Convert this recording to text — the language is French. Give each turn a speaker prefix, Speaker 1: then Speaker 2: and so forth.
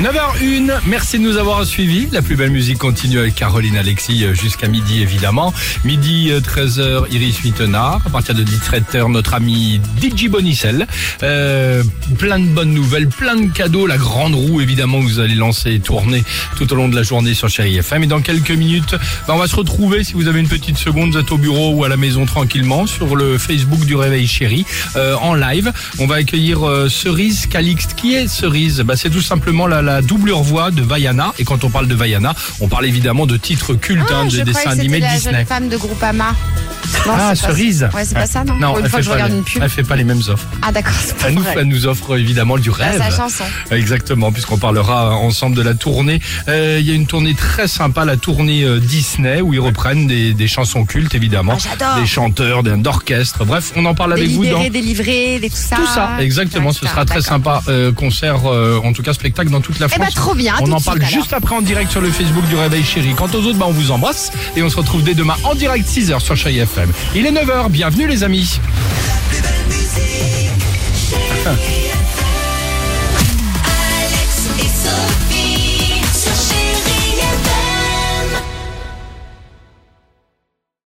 Speaker 1: 9h01, merci de nous avoir suivis. La plus belle musique continue avec Caroline Alexis euh, jusqu'à midi évidemment. Midi euh, 13h, Iris Mittenard. À partir de 17h, notre ami DJ Bonicel. Euh, plein de bonnes nouvelles, plein de cadeaux. La grande roue évidemment que vous allez lancer et tourner tout au long de la journée sur Chéri FM. Et dans quelques minutes, bah, on va se retrouver si vous avez une petite seconde, vous êtes au bureau ou à la maison tranquillement sur le Facebook du Réveil Chéri euh, en live. On va accueillir euh, Cerise Calixte. Qui est Cerise bah, C'est tout simplement la, la double voix de Vaiana. Et quand on parle de Vaiana, on parle évidemment de titres cultes, hein, de
Speaker 2: Ah, je croyais
Speaker 1: dessins
Speaker 2: que c'était
Speaker 1: animés de
Speaker 2: la
Speaker 1: Disney.
Speaker 2: jeune femme de Groupama. Non,
Speaker 1: Ah,
Speaker 2: c'est pas-
Speaker 1: Cerise
Speaker 2: Ouais, c'est pas ça, non Pour
Speaker 1: elle
Speaker 2: Une fois
Speaker 1: fait
Speaker 2: que je
Speaker 1: pas
Speaker 2: regarde
Speaker 1: les-
Speaker 2: une pub.
Speaker 1: Elle fait pas les mêmes offres.
Speaker 2: Ah, d'accord, c'est pas
Speaker 1: Elle nous,
Speaker 2: vrai.
Speaker 1: elle nous offre évidemment du
Speaker 2: Ah,
Speaker 1: rêve.
Speaker 2: Sa chanson.
Speaker 1: Exactement, puisqu'on parlera ensemble de la tournée. Euh, Il y a une tournée très sympa, la tournée euh, Disney, où ils reprennent des, des chansons cultes, évidemment.
Speaker 2: Ah, j'adore.
Speaker 1: des chanteurs, d'un d'orchestre. Bref, on en parle avec vous dans
Speaker 2: Délibéré, délivré, des tout ça.
Speaker 1: tout ça. Exactement, ce
Speaker 2: Etc.
Speaker 1: sera très
Speaker 2: Ah, D'accord.
Speaker 1: sympa. euh, concert, euh, en tout cas spectacle dans toute la
Speaker 2: Eh
Speaker 1: France.
Speaker 2: ben, trop bien, à tout
Speaker 1: On
Speaker 2: de
Speaker 1: en
Speaker 2: suite,
Speaker 1: parle
Speaker 2: alors.
Speaker 1: juste après en direct sur le Facebook du Réveil Chéri. Quant aux autres, bah, on vous embrasse et on se retrouve dès demain en direct 6h sur Chéri FM. Il est 9h, bienvenue les amis.
Speaker 3: plus belle musique. Chérie